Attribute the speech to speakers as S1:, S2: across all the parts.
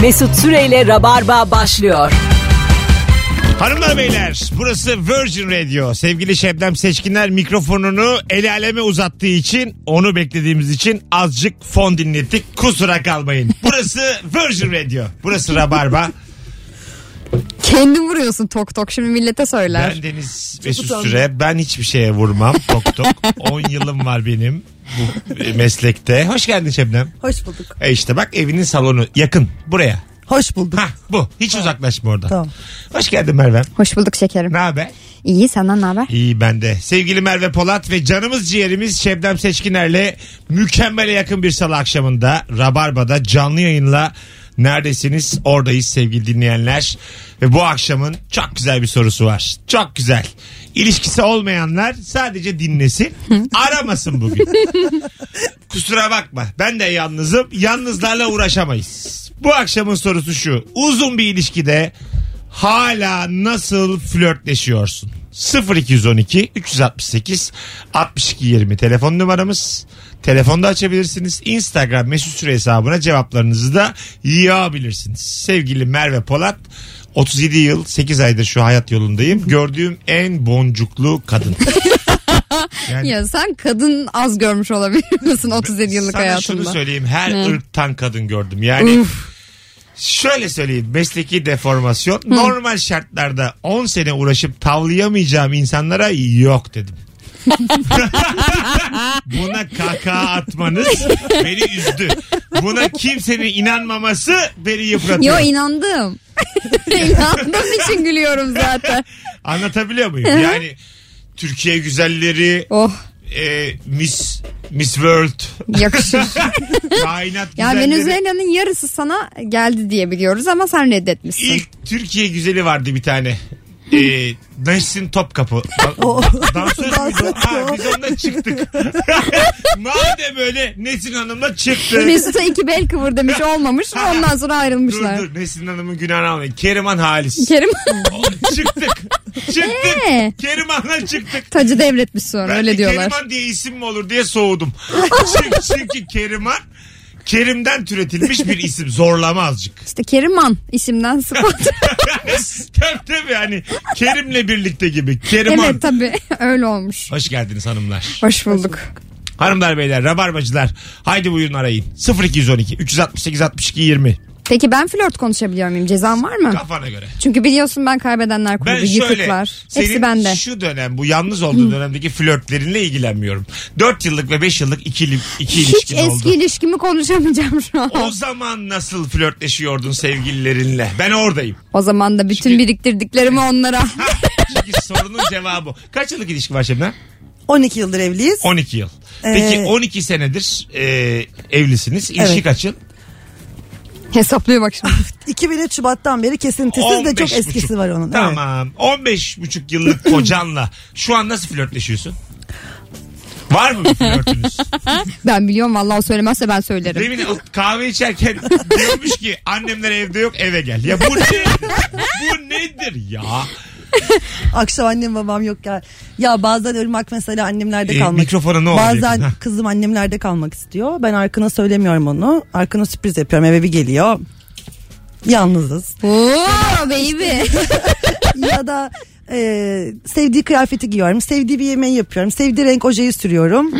S1: Mesut Süreyle Rabarba başlıyor.
S2: Hanımlar beyler burası Virgin Radio. Sevgili Şebnem Seçkinler mikrofonunu el aleme uzattığı için onu beklediğimiz için azıcık fon dinlettik. Kusura kalmayın. Burası Virgin Radio. Burası Rabarba.
S3: Kendin vuruyorsun tok tok şimdi millete söyler.
S2: Ben Deniz Mesut Süre. Ben hiçbir şeye vurmam. Tok tok. 10 yılım var benim bu e, meslekte. Hoş geldin Şebnem.
S4: Hoş bulduk.
S2: E işte bak evinin salonu yakın buraya.
S4: Hoş bulduk.
S2: Hah bu. Hiç uzaklaşma oradan.
S4: Tamam.
S2: Hoş geldin Merve.
S3: Hoş bulduk şekerim.
S2: Ne haber?
S3: İyi senden ne haber?
S2: İyi bende. Sevgili Merve Polat ve canımız ciğerimiz Şebnem Seçkiner'le mükemmele yakın bir salı akşamında Rabarba'da canlı yayınla neredesiniz? Oradayız sevgili dinleyenler. Ve bu akşamın çok güzel bir sorusu var. Çok güzel. İlişkisi olmayanlar sadece dinlesin, aramasın bugün. Kusura bakma. Ben de yalnızım. Yalnızlarla uğraşamayız. Bu akşamın sorusu şu. Uzun bir ilişkide hala nasıl flörtleşiyorsun? 0212 368 62 20 telefon numaramız. Telefonda açabilirsiniz. Instagram mesut süre hesabına cevaplarınızı da yığabilirsiniz. Sevgili Merve Polat 37 yıl 8 aydır şu hayat yolundayım. Gördüğüm en boncuklu kadın. Yani-
S3: Ya sen kadın az görmüş olabilir misin 37 yıllık
S2: Sana
S3: hayatında?
S2: şunu söyleyeyim her ırktan kadın gördüm yani. Şöyle söyleyeyim mesleki deformasyon normal şartlarda 10 sene uğraşıp tavlayamayacağım insanlara yok dedim. Buna kaka atmanız beni üzdü. Buna kimsenin inanmaması beni
S3: Yo
S2: yıpratıyor.
S3: inandım. inandım için gülüyorum zaten.
S2: Anlatabiliyor muyum? Yani Türkiye güzelleri,
S3: Oh
S2: e, Miss Miss World,
S3: yakışır.
S2: kainat
S3: Ya
S2: güzelleri.
S3: Venezuela'nın yarısı sana geldi diye biliyoruz ama sen reddetmişsin.
S2: İlk Türkiye güzeli vardı bir tane. Ee, Nesin Topkapı. Da- Dansöz müydü? Ha, biz onunla çıktık. Madem öyle Nesin Hanım'la çıktık.
S3: Mesut'a iki bel kıvır demiş olmamış ondan sonra
S2: Dur
S3: ayrılmışlar.
S2: dur Nesin Hanım'ın günahını almayın. Keriman Halis.
S3: Kerim
S2: O- çıktık. Çıktık.
S3: Ee?
S2: Keriman'la çıktık.
S3: tacı devretmiş sonra
S2: Ben de
S3: öyle diyorlar.
S2: Keriman diye isim mi olur diye soğudum. Çünkü, çünkü Keriman Kerim'den türetilmiş bir isim. Zorlama azıcık.
S3: İşte Keriman isimden sıkıntı.
S2: tabii tabii yani Kerim'le birlikte gibi. Keriman.
S3: evet tabii öyle olmuş.
S2: Hoş geldiniz hanımlar.
S3: Hoş bulduk.
S2: Hanımlar beyler rabarbacılar haydi buyurun arayın. 0212 368 62 20
S3: Peki ben flört konuşabiliyor muyum? Cezam var mı?
S2: kafana göre.
S3: Çünkü biliyorsun ben kaybedenler kulübü,
S2: Ben şöyle
S3: yıkıklar. Hepsi
S2: senin
S3: bende.
S2: şu dönem bu yalnız olduğu dönemdeki flörtlerinle ilgilenmiyorum. 4 yıllık ve 5 yıllık ikili, iki
S3: Hiç
S2: ilişkin
S3: eski
S2: oldu.
S3: ilişkimi konuşamayacağım şu an.
S2: O zaman nasıl flörtleşiyordun sevgililerinle? Ben oradayım.
S3: O zaman da bütün
S2: Çünkü-
S3: biriktirdiklerimi onlara.
S2: Ha, çünkü sorunun cevabı. o. Kaç yıllık ilişki var Şebnem?
S4: 12 yıldır evliyiz.
S2: 12 yıl. Peki
S4: Ee,
S2: 12 senedir e, evlisiniz. İlişki
S4: Evet.
S2: kaç yıl?
S3: Hesaplıyor bak şimdi.
S4: 2003 Şubat'tan beri kesintisiz de
S2: 15
S4: çok eskisi
S2: buçuk.
S4: var onun. Evet.
S2: Tamam. 15 buçuk yıllık kocanla şu an nasıl flörtleşiyorsun? Var mı bir flörtünüz?
S3: Ben biliyorum vallahi o söylemezse ben söylerim.
S2: Demin o kahve içerken diyormuş ki annemler evde yok eve gel. Ya bu nedir? bu nedir ya?
S4: Akşam annem babam yok ya. Ya bazen ırmak mesela annemlerde
S2: Ee,
S4: kalmak
S2: mikrofona ne oldu
S4: Bazen
S2: yakın, ha?
S4: kızım annemlerde kalmak istiyor. Ben Arkın'a söylemiyorum onu. Arkın'a sürpriz yapıyorum eve bir geliyor. Yalnızız.
S3: Oo baby.
S4: ya da e, sevdiği kıyafeti giyiyorum. Sevdiği bir yemeği yapıyorum. Sevdiği renk ojeyi sürüyorum.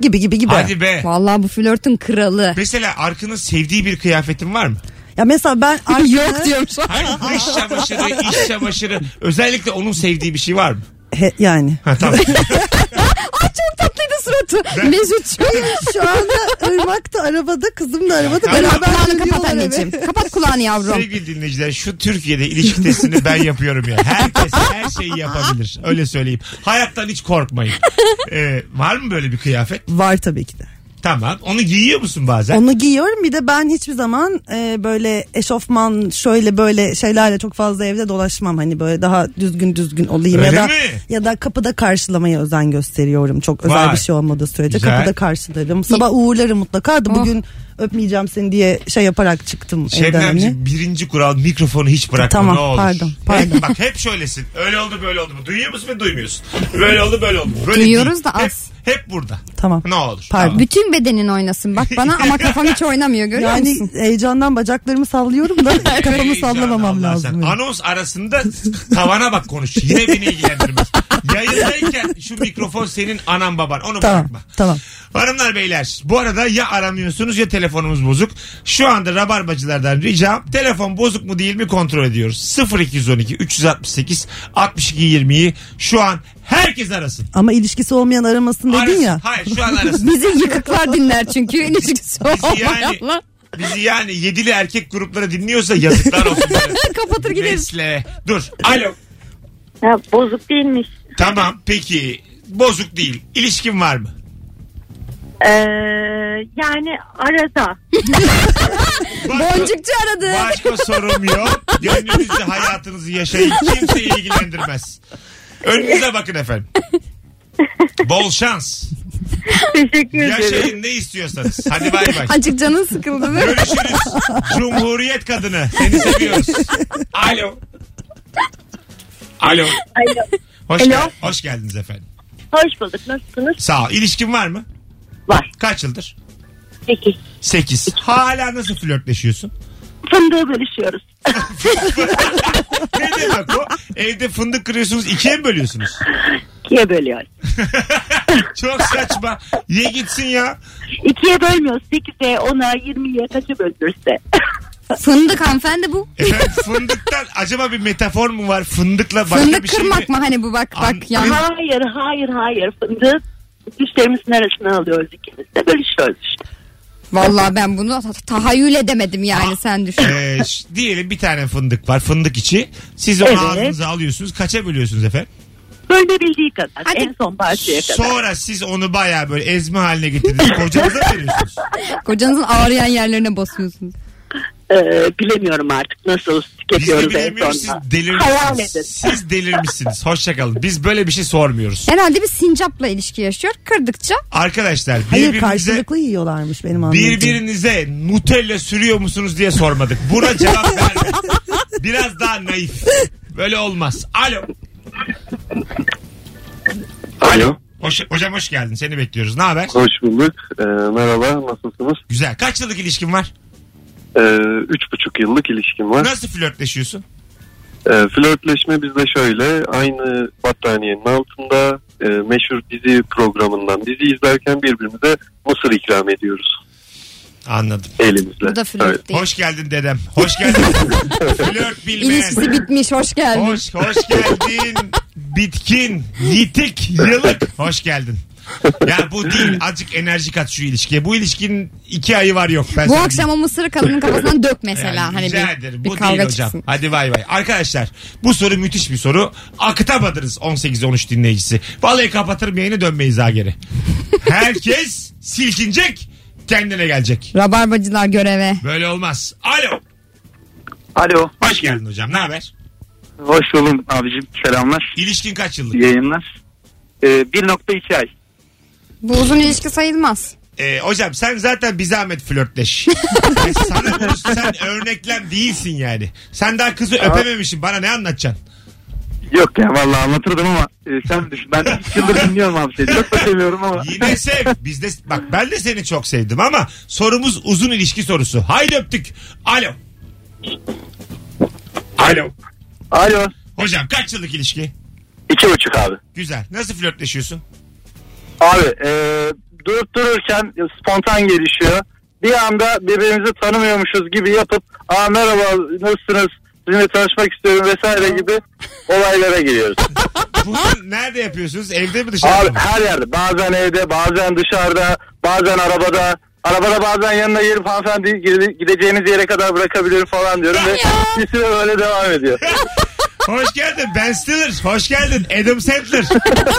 S4: gibi gibi gibi.
S2: Hadi be.
S3: vallahi bu flörtün kralı.
S2: Mesela Arkın'ın sevdiği bir kıyafetin var mı?
S4: Ya mesela ben
S3: Yok diyorum şu an.
S2: Hayır dış çamaşırı, iç çamaşırı. Özellikle onun sevdiği bir şey var mı?
S4: He- yani
S2: Ha tamam.
S3: Çok tatlıydı suratı. Mesut'cum.
S4: şu anda ırmak da arabada kızım da arabada
S2: Tamam.
S4: beraber
S3: Kulağını kapat
S4: dönüyorlar eve.
S3: anneciğim. Kapat kulağını yavrum.
S2: Sevgili dinleyiciler şu Türkiye'de ilişki testini ben yapıyorum ya. Herkes her şeyi yapabilir. Öyle söyleyeyim. Hayattan hiç korkmayın. Ee, var mı böyle bir kıyafet?
S4: Var tabii ki de.
S2: Tamam. Onu giyiyor musun bazen?
S4: Onu giyiyorum bir de ben hiçbir zaman e, böyle eşofman şöyle böyle şeylerle çok fazla evde dolaşmam. Hani böyle daha düzgün düzgün olayım
S2: Öyle
S4: ya da
S2: mi?
S4: ya da kapıda karşılamaya özen gösteriyorum. Çok özel
S2: Vay.
S4: bir şey olmadığı sürece
S2: Güzel.
S4: kapıda karşılarım. Sabah uğurlarım mutlaka da bugün öpmeyeceğim seni diye şey yaparak çıktım evden. hani.
S2: Şebnemciğim birinci kural mikrofonu hiç bırakma
S4: Tamam,
S2: ne olur.
S4: pardon, pardon.
S2: Hep, bak hep şöylesin. Öyle oldu böyle oldu. Duyuyor musun ve duymuyorsun. Böyle oldu böyle oldu. Böyle
S3: Duyuyoruz
S2: değil.
S3: da
S2: Hep-
S3: az.
S2: Hep, burada.
S4: Tamam.
S2: Ne olur.
S4: Pardon.
S3: Bütün bedenin oynasın bak bana ama kafam hiç oynamıyor görüyor
S4: Yani
S3: musun?
S4: heyecandan bacaklarımı sallıyorum da kafamı
S2: Ey canım,
S4: sallamamam
S2: Allah
S4: lazım.
S2: sen.
S4: benim.
S2: Anons arasında tavana bak konuş. Yine beni ilgilendirmez. Yayındayken şu mikrofon senin anan baban. Onu
S4: Tamam
S2: bırakma.
S4: tamam.
S2: Hanımlar beyler bu arada ya aramıyorsunuz ya telefonumuz bozuk. Şu anda rabarbacılardan ricam telefon bozuk mu değil mi kontrol ediyoruz. 0212 368 62 20'yi şu an herkes arasın.
S4: Ama ilişkisi olmayan aramasın dedin
S2: Arasın.
S4: ya.
S2: Hayır şu an arasın.
S3: Bizi yıkıklar dinler çünkü ilişkisi
S2: Bizi yani,
S3: olmayanlar.
S2: bizi yani yedili erkek grupları dinliyorsa yazıklar olsun.
S3: Kapatır gideriz.
S2: Mesle. Dur. Alo.
S5: Ya bozuk değilmiş.
S2: Tamam peki bozuk değil. İlişkin var mı?
S5: Ee, yani arada.
S3: Boncukçu aradı.
S2: Başka sorum yok. Gönlünüzü hayatınızı yaşayın. Kimse ilgilendirmez. Önünüze bakın efendim. Bol şans.
S5: Teşekkür ederim.
S2: Yaşayın ne istiyorsanız. Hadi bay bay.
S3: Acık canın sıkıldı değil mi?
S2: Görüşürüz. Cumhuriyet kadını. Seni seviyoruz. Alo. Alo.
S5: Alo.
S2: Hoş,
S5: Alo.
S2: gel- hoş geldiniz efendim.
S5: Hoş bulduk. Nasılsınız?
S2: Sağ ol. İlişkin var mı?
S5: Var.
S2: Kaç yıldır?
S5: Peki.
S2: 8. Hala nasıl flörtleşiyorsun?
S5: Fındığı bölüşüyoruz.
S2: Ne demek o? Evde fındık kırıyorsunuz ikiye mi bölüyorsunuz?
S5: İkiye bölüyoruz.
S2: Çok saçma. Ye gitsin ya.
S5: İkiye bölmüyoruz. Sekize, ona, yirmiye, kaça bölünürse.
S3: Fındık hanımefendi bu.
S2: Efendim fındıktan acaba bir metafor mu var? Fındıkla başka
S3: Fındık
S2: bir şey
S3: kırmak
S2: mi?
S3: mı hani bu bak
S2: An-
S3: bak yani.
S5: hayır, hayır, hayır. Fındığı düşlerimizin arasına alıyoruz ikimiz de. Bölüşüyoruz işte.
S3: Vallahi ben bunu ta- tahayyül edemedim yani sen düşün.
S2: Ee, ş- diyelim bir tane fındık var fındık içi. Siz onu
S5: Evet.
S2: ağzınıza alıyorsunuz. Kaça bölüyorsunuz efendim?
S5: Bölünebildiği kadar.
S3: Hadi.
S5: En son parçaya kadar.
S2: Sonra siz onu baya böyle ezme haline getirdiniz. Kocanıza veriyorsunuz.
S3: Kocanızın ağrıyan yerlerine basıyorsunuz.
S5: Ee, bilemiyorum artık nasıl
S2: Biz de
S5: tüketiyoruz en
S2: bilemiyoruz siz
S5: sonunda. Hayal edin.
S2: delirmişsiniz. Siz delirmişsiniz. Hoşçakalın. Biz böyle bir şey sormuyoruz.
S3: Herhalde bir sincapla ilişki yaşıyor. Kırdıkça
S2: Arkadaşlar
S4: Hayır
S2: birbirinize
S4: karşılıklı yiyorlarmış benim anladığım.
S2: Birbirinize Nutella sürüyor musunuz diye sormadık. Buna cevap vermeyin. Biraz daha naif. Böyle olmaz. Alo.
S6: Alo.
S2: Hoş, hocam hoş geldin. Seni bekliyoruz. Ne haber?
S6: Hoş bulduk. Ee, merhaba. Nasılsınız?
S2: Güzel. Kaç yıllık ilişkin var?
S6: Ee, üç buçuk yıllık ilişkim var.
S2: Nasıl flörtleşiyorsun?
S6: Ee, flörtleşme bizde şöyle. Aynı battaniyenin altında e, meşhur dizi programından dizi izlerken birbirimize mısır ikram ediyoruz.
S2: Anladım.
S6: Elimizle.
S3: bu da
S6: Öyle.
S3: flört değil.
S2: Hoş geldin dedem. Hoş geldin. Flört bilmeyen.
S3: İlişkisi bitmiş hoş geldin.
S2: Hoş, hoş geldin. Bitkin, yitik, yılık. Hoş geldin. Ya bu değil. Azıcık enerji kat şu ilişkiye. Bu ilişkinin iki ayı var yok. Ben
S3: Bu
S2: sana
S3: akşam o mısırı kadının kafasından dök mesela.
S2: Yani
S3: hani
S2: rica
S3: bir,
S2: ederim.
S3: bir
S2: bu
S3: kavga
S2: değil hocam.
S3: çıksın.
S2: Hadi bay bay. Arkadaşlar bu soru müthiş bir soru. Akıtamadınız 18-13 dinleyicisi. Vallahi kapatırım yayını dönmeyiz daha geri. Herkes silkinecek kendine gelecek.
S3: Rabarbacılar göreve.
S2: Böyle olmaz. Alo.
S7: Alo.
S2: Hoş geldin hocam. Ne haber?
S7: Hoş buldum abicim. Selamlar.
S2: İlişkin kaç yıllık?
S7: Yayınlar. Ee, 1.2 ay.
S3: Bu uzun ilişki sayılmaz.
S2: Ee, hocam sen zaten bir zahmet flörtleş. Yani sana bunu- sen örneklem değilsin yani. Sen daha kızı öpememişsin. Bana ne anlatacaksın?
S7: Yok ya vallahi anlatırdım ama e, sen düşün. Ben 2 yıldır dinliyorum abi seni. Çok da seviyorum ama.
S2: Yine sev. Biz de, bak ben de seni çok sevdim ama sorumuz uzun ilişki sorusu. Haydi öptük. Alo. Alo.
S7: Alo.
S2: Hocam kaç yıllık ilişki?
S7: 2.5 abi.
S2: Güzel. Nasıl flörtleşiyorsun?
S7: Abi e, durup dururken e, spontan gelişiyor. Bir anda birbirimizi tanımıyormuşuz gibi yapıp aa merhaba nasılsınız sizinle tanışmak istiyorum vesaire gibi olaylara giriyoruz.
S2: Bunu nerede yapıyorsunuz? Evde mi
S7: Abi
S2: dışarıda mı?
S7: her yerde bazen evde bazen dışarıda bazen arabada Arabada bazen yanına gelip hanımefendi gide- gideceğiniz yere kadar bırakabilirim falan diyorum ve bir süre böyle devam ediyor.
S2: Hoş geldin Ben Stiller. Hoş geldin Adam Sandler.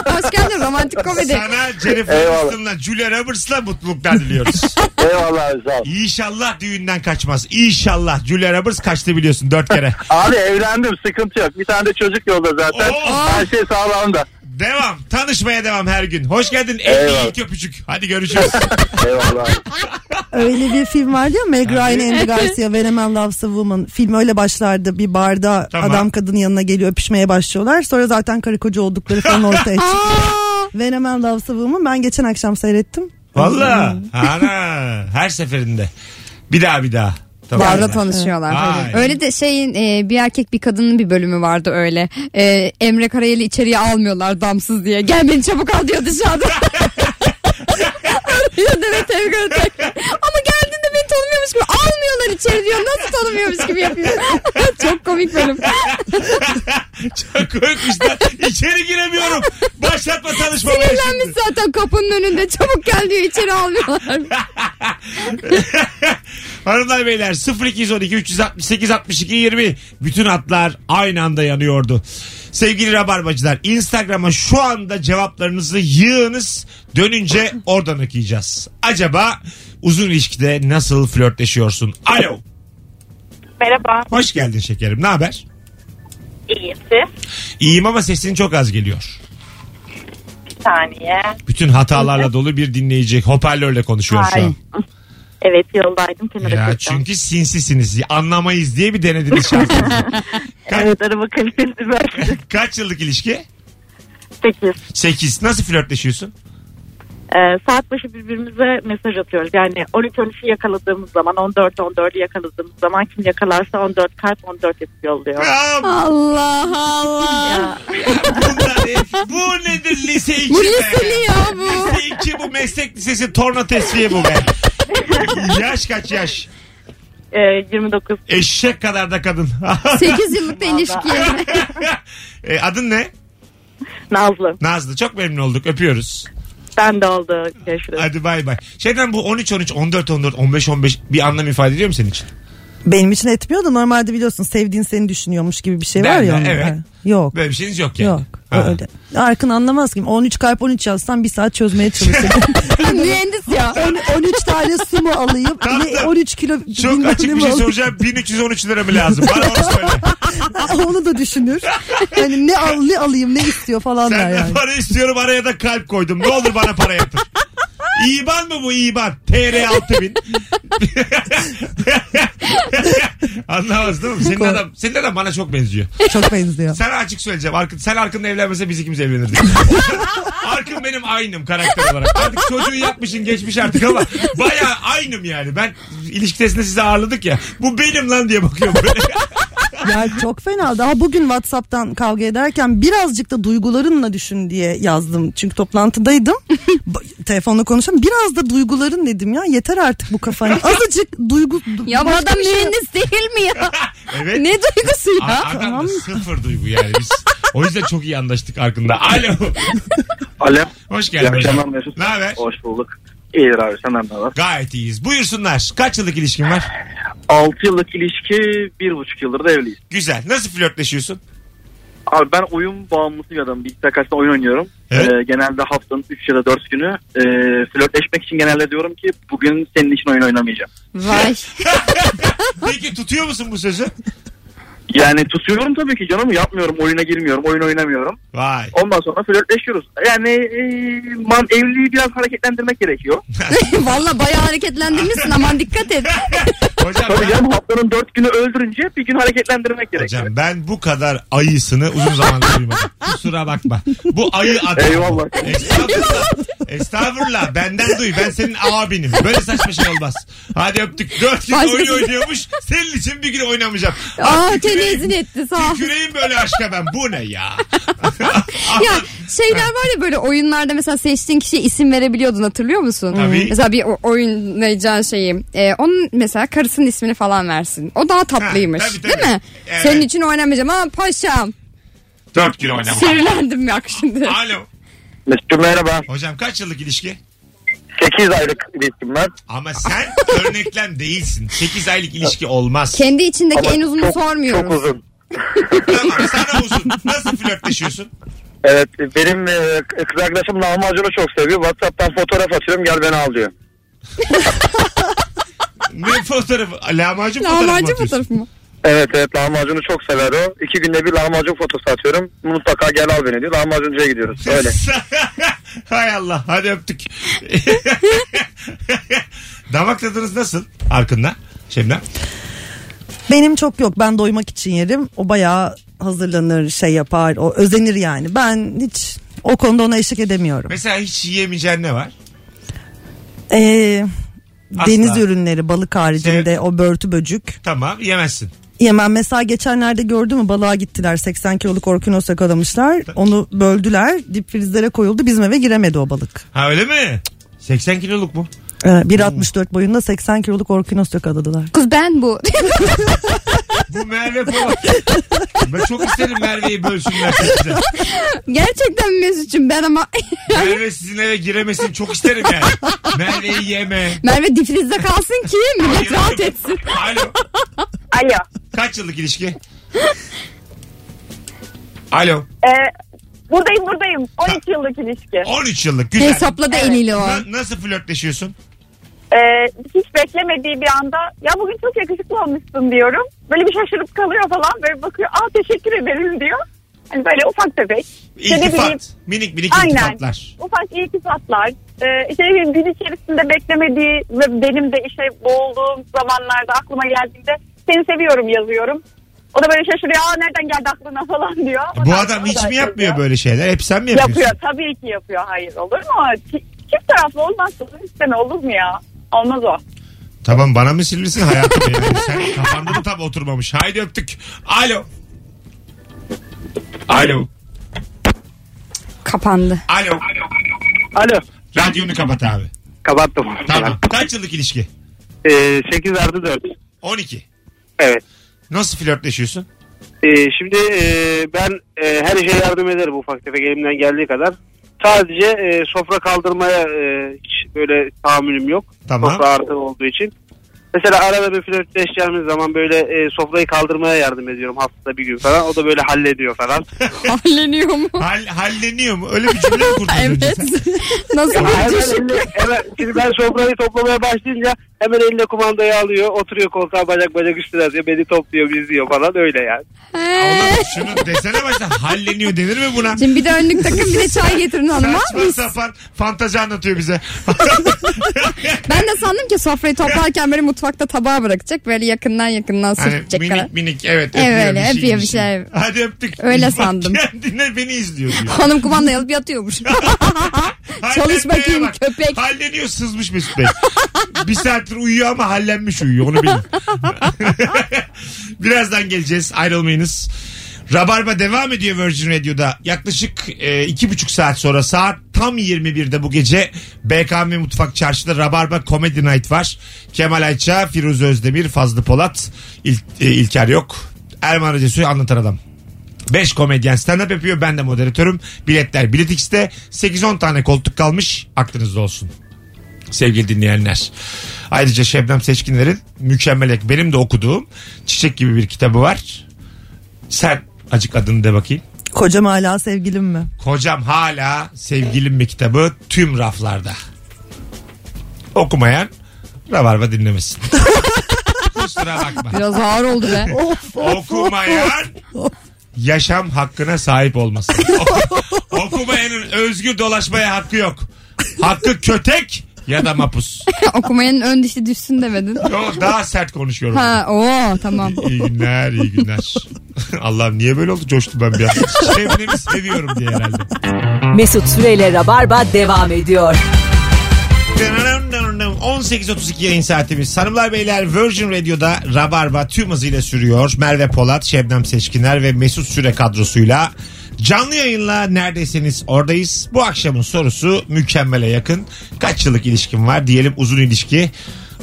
S3: hoş geldin romantik komedi.
S2: Sana Jennifer
S7: Eyvallah.
S2: Aniston'la Julia Roberts'la mutluluklar diliyoruz.
S7: Eyvallah abi sağ ol.
S2: İnşallah düğünden kaçmaz. İnşallah. Julia Roberts kaçtı biliyorsun dört kere.
S7: Abi evlendim sıkıntı yok. Bir tane de çocuk yolda zaten.
S2: Oo.
S7: Her şey sağlamda.
S2: Devam. Tanışmaya devam her gün. Hoş geldin en
S7: Eyvallah.
S2: iyi ilk öpücük. Hadi görüşürüz.
S7: Eyvallah.
S4: Öyle bir film vardı ya Meg Ryan Andy Garcia When a Man Loves a Woman. Film öyle başlardı. Bir barda
S2: Tamam.
S4: adam kadının yanına geliyor öpüşmeye başlıyorlar. Sonra zaten karı koca oldukları falan ortaya çıkıyor. When a Man Loves a Woman ben geçen akşam seyrettim.
S2: Valla. Ana. Her seferinde. Bir daha bir daha. Tamam.
S3: Barda tanışıyorlar.
S2: Vay.
S3: Öyle. Öyle de şeyin e, bir erkek bir kadının bir bölümü vardı öyle. E, Emre Karayel'i içeriye almıyorlar damsız diye. Gel beni çabuk al diyor dışarıda. Arıyor Demet Evgen tekrar. Ama geldiğinde beni tanımıyormuş gibi almıyorlar içeri diyor. Nasıl tanımıyormuş gibi yapıyor. Çok komik bölüm.
S2: Çok korkmuşlar. İçeri giremiyorum. Başlatma tanışmamı.
S3: Sinirlenmiş zaten kapının önünde. Çabuk gel diyor içeri almıyorlar.
S2: Hanımlar beyler 0212 368 62 20 bütün hatlar aynı anda yanıyordu. Sevgili Rabarbacılar Instagram'a şu anda cevaplarınızı yığınız dönünce oradan okuyacağız. Acaba uzun ilişkide nasıl flörtleşiyorsun? Alo
S5: Merhaba.
S2: hoş geldin şekerim ne haber?
S5: İyiyim siz.
S2: İyiyim ama sesin çok az geliyor.
S5: Bir saniye.
S2: Bütün hatalarla dolu bir dinleyici hoparlörle konuşuyor şu an.
S5: Evet yoldaydım kenara
S2: Ya
S5: çektim.
S2: çünkü sinsisiniz anlamayız diye bir denediniz şarkınızı.
S5: Evet araba kalitesi böyle.
S2: Kaç yıllık ilişki?
S5: Peki.
S2: 8. Nasıl flörtleşiyorsun?
S5: Ee, saat başı birbirimize mesaj atıyoruz. Yani 13-13'ü yakaladığımız zaman 14-14'ü yakaladığımız zaman kim yakalarsa 14 kalp 14 yapı yolluyor.
S2: Aa,
S3: Allah Allah.
S2: bunlar hep- bu nedir lise 2
S3: Bu liseli ya bu.
S2: Lise 2 bu meslek lisesi torna tesviye bu be. yaş kaç yaş?
S5: Ee, 29
S2: Eşek kadar da kadın.
S3: 8 yıllık da ilişki.
S2: E, adın ne?
S5: Nazlı.
S2: Nazlı. Çok memnun olduk. Öpüyoruz.
S5: Ben de oldu. Görüşürüz.
S2: Hadi bay bay. Şeyden bu 13 13 14 14 15 15 bir anlam ifade ediyor mu senin için?
S4: Benim için etmiyor da normalde biliyorsun sevdiğin seni düşünüyormuş gibi bir şey var
S2: Ben de,
S4: ya. onda.
S2: evet.
S4: Yok.
S2: Böyle bir şeyiniz yok yani.
S4: Yok
S2: Ha.
S4: öyle. Arkın anlamaz kim. 13 kalp 13 yazsan bir saat çözmeye çalışırım.
S3: Mühendis ya.
S4: On- 13 tane su mu alayım?
S2: Tatlım.
S4: Ne, 13 kilo
S2: Çok
S4: bilmem
S2: açık
S4: ne
S2: bir
S4: mi
S2: şey
S4: alayım?
S2: soracağım. 1313 lira mı lazım? Bana onu söyle.
S4: Onu da düşünür. Yani ne, al, ne alayım ne istiyor falan der
S2: Senden
S4: yani.
S2: para istiyorum araya da kalp koydum. Ne olur bana para yatır. İban mı bu İban? TR 6000. Anlamaz değil mi? Senin adam, senin adam bana çok benziyor.
S4: Çok benziyor.
S2: Sana açık söyleyeceğim. Arkın, sen Arkın'la evlenmese biz ikimiz evlenirdik. Arkın benim aynım karakter olarak. Artık çocuğu yapmışın geçmiş artık ama baya aynım yani. Ben ilişkisinde sizi ağırladık ya. Bu benim lan diye bakıyorum böyle.
S4: Ya çok fena. Daha bugün Whatsapp'tan kavga ederken birazcık da duygularınla düşün diye yazdım. Çünkü toplantıdaydım. Ba- Telefonla konuşalım. Biraz da duyguların dedim ya. Yeter artık bu kafayı. Azıcık duygu...
S3: Ya bu
S4: başka
S3: adam
S4: bir şey-
S3: mühendis değil mi ya?
S2: Evet.
S3: Ne duygusu
S2: A-
S3: ya?
S2: Adam da sıfır duygu yani biz. O yüzden çok iyi anlaştık Arkın'da. Alo.
S7: Alo.
S2: Hoş geldin.
S7: İyi akşamlar
S2: hocam.
S7: Mesut.
S2: Ne haber?
S7: Hoş bulduk. İyidir abi senden ne var?
S2: Gayet iyiyiz. Buyursunlar. Kaç yıllık ilişkin var?
S7: 6 yıllık ilişki bir buçuk yıldır da evliyiz.
S2: Güzel. Nasıl flörtleşiyorsun?
S7: Abi ben oyun bağımlısı bir adamım. Bilgisayar karşısında oyun oynuyorum.
S2: Evet.
S7: Ee, genelde haftanın 3 ya da 4 günü e, flörtleşmek için genelde diyorum ki bugün senin için oyun oynamayacağım.
S3: Vay.
S2: Peki tutuyor musun bu sözü?
S7: Yani tutuyorum tabii ki canım yapmıyorum oyuna girmiyorum oyun oynamıyorum.
S2: Vay.
S7: Ondan sonra flörtleşiyoruz. Yani e, man, evliliği biraz hareketlendirmek gerekiyor.
S3: Valla bayağı hareketlendirmişsin aman dikkat et.
S2: Hocam
S7: Tabii
S2: ben,
S7: canım haftanın 4 günü öldürünce bir gün hareketlendirmek gerekiyor.
S2: hocam ben bu kadar ayısını uzun zamandır duymadım. Kusura bakma. Bu ayı adam.
S7: Eyvallah.
S2: Estağfurullah. Estağfurullah. Benden duy. Ben senin abinim. Böyle saçma şey olmaz. Hadi öptük. Dört gün
S3: Başkası-
S2: oyun oynuyormuş. Senin için bir gün oynamayacağım.
S3: şey- Aa
S2: Artık
S3: tenezzül etti sağ ol.
S2: Tüküreyim böyle aşka ben. Bu ne ya?
S3: Ya şeyler var ya böyle oyunlarda mesela seçtiğin kişiye isim verebiliyordun hatırlıyor musun?
S2: Tabii.
S3: Mesela bir o- oynayacağın şeyi e, onun mesela karısının ismini falan versin. O daha tatlıymış
S2: Ha, tabii, tabii.
S3: değil mi?
S2: Evet.
S3: Senin için oynamayacağım ama paşam.
S2: Dört gün oynamam.
S3: Sinirlendim bak şimdi.
S2: Alo.
S7: Mesut'cum merhaba.
S2: Hocam kaç yıllık ilişki?
S7: 8 aylık ilişkim var.
S2: Ama sen örneklem değilsin. 8 aylık ilişki olmaz.
S3: Kendi içindeki
S7: Ama
S3: en uzunu
S7: çok-
S3: sormuyoruz.
S7: Çok uzun.
S2: tamam sana uzun. Nasıl flörtleşiyorsun?
S7: Evet benim e, kız arkadaşım lahmacunu çok seviyor. Whatsapp'tan fotoğraf atıyorum gel beni al diyor.
S2: Ne fotoğrafı? Lahmacun fotoğrafı mı
S3: Ah! Lahmacun
S2: atıyorsun?
S3: fotoğrafı mı?
S7: Evet evet lahmacunu çok sever o. İki günde bir lahmacun fotosu atıyorum. Mutlaka gel al beni diyor. Lahmacuncuya gidiyoruz. Öyle.
S2: Hay Allah hadi öptük. Damak tadınız nasıl Arkın'la? Şebnem.
S4: Benim çok yok. Ben doymak için yerim. O bayağı hazırlanır, şey yapar. O özenir yani. Ben hiç o konuda ona eşlik edemiyorum.
S2: Mesela hiç yiyemeyeceğin ne var?
S4: Ee,
S2: Asla.
S4: deniz ürünleri balık haricinde
S2: Şey-
S4: o börtü böcük.
S2: Tamam yemezsin.
S4: Yemem mesela geçenlerde gördün mü balığa gittiler 80 kiloluk orkinos yakalamışlar. Onu böldüler dip frizlere koyuldu bizim eve giremedi o balık.
S2: Ha öyle mi? 80 kiloluk mu?
S4: Ee, 1.64 boyunda 80 kiloluk orkinos yakaladılar.
S3: Kız ben bu.
S2: Bu Merve Polat. ben çok isterim Merve'yi bölsünler. size.
S3: Gerçekten Mesut'cum ben ama
S2: Merve sizin eve giremesin çok isterim yani. Merve'yi yeme.
S3: Merve difrizde kalsın ki millet rahat etsin.
S2: Alo.
S5: Alo.
S2: Kaç yıllık ilişki? Alo.
S5: e, buradayım buradayım. 13 yıllık ilişki.
S2: 13 yıllık güzel.
S3: Hesapladı eliyle o.
S2: Na- nasıl flörtleşiyorsun?
S5: Ee, hiç beklemediği bir anda ya bugün çok yakışıklı olmuşsun diyorum. Böyle bir şaşırıp kalıyor falan. Böyle bakıyor aa teşekkür ederim diyor. Hani böyle ufak tefek. İşte ne bileyim,
S2: İltifat. Minik minik
S5: Aynen.
S2: iltifatlar.
S5: Ufak iltifatlar. Ee, işte ne bileyim, gün içerisinde beklemediği ve benim de işe boğulduğum zamanlarda aklıma geldiğinde seni seviyorum yazıyorum. O da böyle şaşırıyor. Aa nereden geldi aklına falan diyor. Ondan
S2: Bu
S5: sonra
S2: adam
S5: o
S2: hiç
S5: da
S2: mi yapmıyor
S5: yazıyor.
S2: böyle şey? şeyler? Hep sen mi yapıyorsun?
S5: Yapıyor tabii ki yapıyor. Hayır olur mu? Ki- Çift taraflı olmazsa bunu isteme olur mu ya? Olmaz o.
S2: Tamam bana mı silmişsin hayatım? yani? Sen kafanda mı tam oturmamış? Haydi öptük. Alo. Alo.
S3: Kapandı.
S2: Alo.
S7: Alo.
S2: Radyonu kapat abi.
S7: Kapattım.
S2: Tamam. Kaç yıllık ilişki?
S7: Ee, 8 artı 4.
S2: 12.
S7: Evet.
S2: Nasıl flörtleşiyorsun?
S7: Ee, şimdi e, ben e, her işe yardım ederim ufak tefek elimden geldiği kadar. Sadece e, sofra kaldırmaya e, hiç böyle tahammülüm yok.
S2: Tamam.
S7: Sofra artı olduğu için. Mesela arada bir flörtleşeceğimiz zaman böyle e, sofrayı kaldırmaya yardım ediyorum haftada bir gün falan. O da böyle hallediyor falan.
S3: Halleniyor mu?
S2: Hal, halleniyor mu? Öyle bir cümle mi kurdun?
S3: evet. Nasıl
S7: Ya hemen
S3: bir düşün?
S7: elle- hemen- şimdi ben sofrayı toplamaya başlayınca hemen eline kumandayı alıyor. Oturuyor koltuğa bacak bacak üstüne atıyor. Beni topluyor, izliyor falan öyle yani.
S2: Oğlum şunu desene başta. Halleniyor denir mi buna?
S3: Şimdi bir de önlük takın bir de çay getirin hanıma.
S2: Saçma sapan fantazi anlatıyor bize.
S3: Ben de sandım ki sofrayı toplarken böyle mutfakta tabağa bırakacak. Böyle yakından yakından
S2: Hani
S3: sürtecek kadar.
S2: minik minik evet
S3: Evet,
S2: öpüyor
S3: öyle,
S2: bir şey,
S3: öpüyor
S2: bir
S3: bir
S2: şey.
S3: şey.
S2: Hadi öptük.
S3: Öyle
S2: Bak
S3: sandım.
S2: Kendine beni izliyor diyor.
S3: Hanım kumandayı alıp yatıyormuş. Çalış
S2: Hallenmeye
S3: bakayım
S2: bak.
S3: köpek.
S2: Halleniyor sızmış Mesut Bey. bir saattir uyuyor ama hallenmiş uyuyor onu bilin. Birazdan geleceğiz ayrılmayınız. Rabarba devam ediyor Virgin Radio'da. Yaklaşık e, iki buçuk saat sonra saat tam 21'de bu gece BKM Mutfak Çarşı'da Rabarba Comedy Night var. Kemal Ayça, Firuze Özdemir, Fazlı Polat, İl, e, İlker yok. Erman Recep'i anlatan adam. 5 komedyen stand-up yapıyor. Ben de moderatörüm. Biletler Bilet X'te. 8-10 tane koltuk kalmış. Aklınızda olsun. Sevgili dinleyenler. Ayrıca Şebnem Seçkinler'in mükemmel ek. Benim de okuduğum çiçek gibi bir kitabı var. Sen acık adını de bakayım.
S4: Kocam hala sevgilim mi?
S2: Kocam hala sevgilim mi kitabı tüm raflarda. Okumayan rabarba dinlemesin. Kusura bakma.
S3: Biraz ağır oldu be.
S2: Oh. Okumayan yaşam hakkına sahip olmasın. Okumayanın özgür dolaşmaya hakkı yok. Hakkı kötek ya da mapus.
S3: Okumayanın ön dişi düşsün demedin.
S2: Yo, Daha sert konuşuyorum.
S3: Ha o tamam.
S2: İyi günler, iyi günler. Allah'ım niye böyle oldu? Coştum ben bir an. Şebnem'i seviyorum diye herhalde.
S1: Mesut Süreyle Rabarba devam ediyor.
S2: 18.32 yayın saatimiz. Hanımlar beyler Virgin Radio'da Rabarba tüm hızıyla sürüyor. Merve Polat, Şebnem Seçkiner ve Mesut Süre kadrosuyla canlı yayınla neredesiniz oradayız. Bu akşamın sorusu mükemmele yakın. Kaç yıllık ilişkin var diyelim uzun ilişki.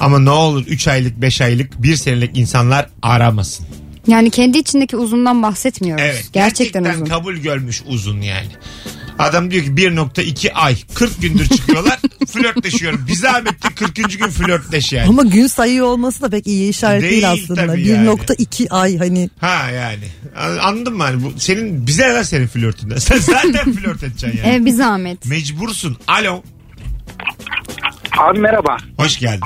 S2: Ama ne olur 3 aylık, 5 aylık, 1 senelik insanlar aramasın.
S3: Yani kendi içindeki uzundan bahsetmiyoruz.
S2: Evet.
S3: gerçekten, uzun.
S2: kabul görmüş uzun yani. Adam diyor ki 1.2 ay 40 gündür çıkıyorlar flörtleşiyorum. Bir zahmet de 40. gün flörtleş yani.
S4: Ama gün sayıyor olması da pek iyi işaret değil,
S2: Değil
S4: aslında.
S2: tabii yani.
S4: 1.2 ay hani
S2: Ha yani. An- Anladın mı hani bu senin bize yarar senin flörtünden. Sen zaten flört edeceksin yani.
S3: Evet bir zahmet.
S2: Mecbursun. Alo.
S8: Abi merhaba.
S2: Hoş geldin.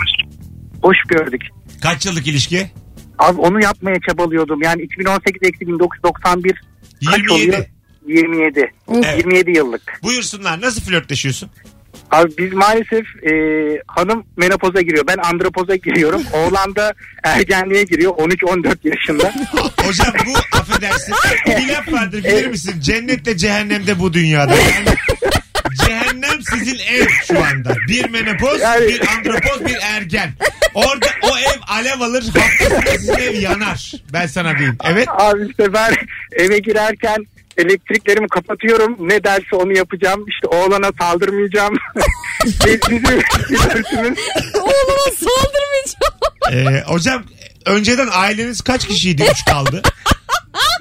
S8: Hoş gördük.
S2: Kaç yıllık ilişki?
S8: Abi onu yapmaya çabalıyordum. Yani 2018 eksi 1991 kaç
S2: 27.
S8: oluyor? 27.
S2: Evet.
S8: 27 yıllık.
S2: Buyursunlar. Nasıl flörtleşiyorsun?
S8: Abi biz maalesef e, hanım menopoza giriyor. Ben andropoza giriyorum. Oğlan da ergenliğe giriyor 13-14 yaşında.
S2: Hocam bu affedersin bir laf vardır bilir misin? Cennette cehennemde bu dünyada. Yani cehennem sizin ev şu anda. Bir menopoz,
S8: Yani-
S2: bir andropoz, bir ergen. Orada o ev alev alır, haftasında sizin ev yanar. Ben sana diyeyim. Evet.
S8: Abi işte ben eve girerken elektriklerimi kapatıyorum. Ne derse onu yapacağım. İşte oğlana saldırmayacağım. Biz- Bizim kültürümüz
S3: Oğluma saldırmayacağım.
S2: Ee, hocam önceden aileniz kaç kişiydi? Üç kaldı.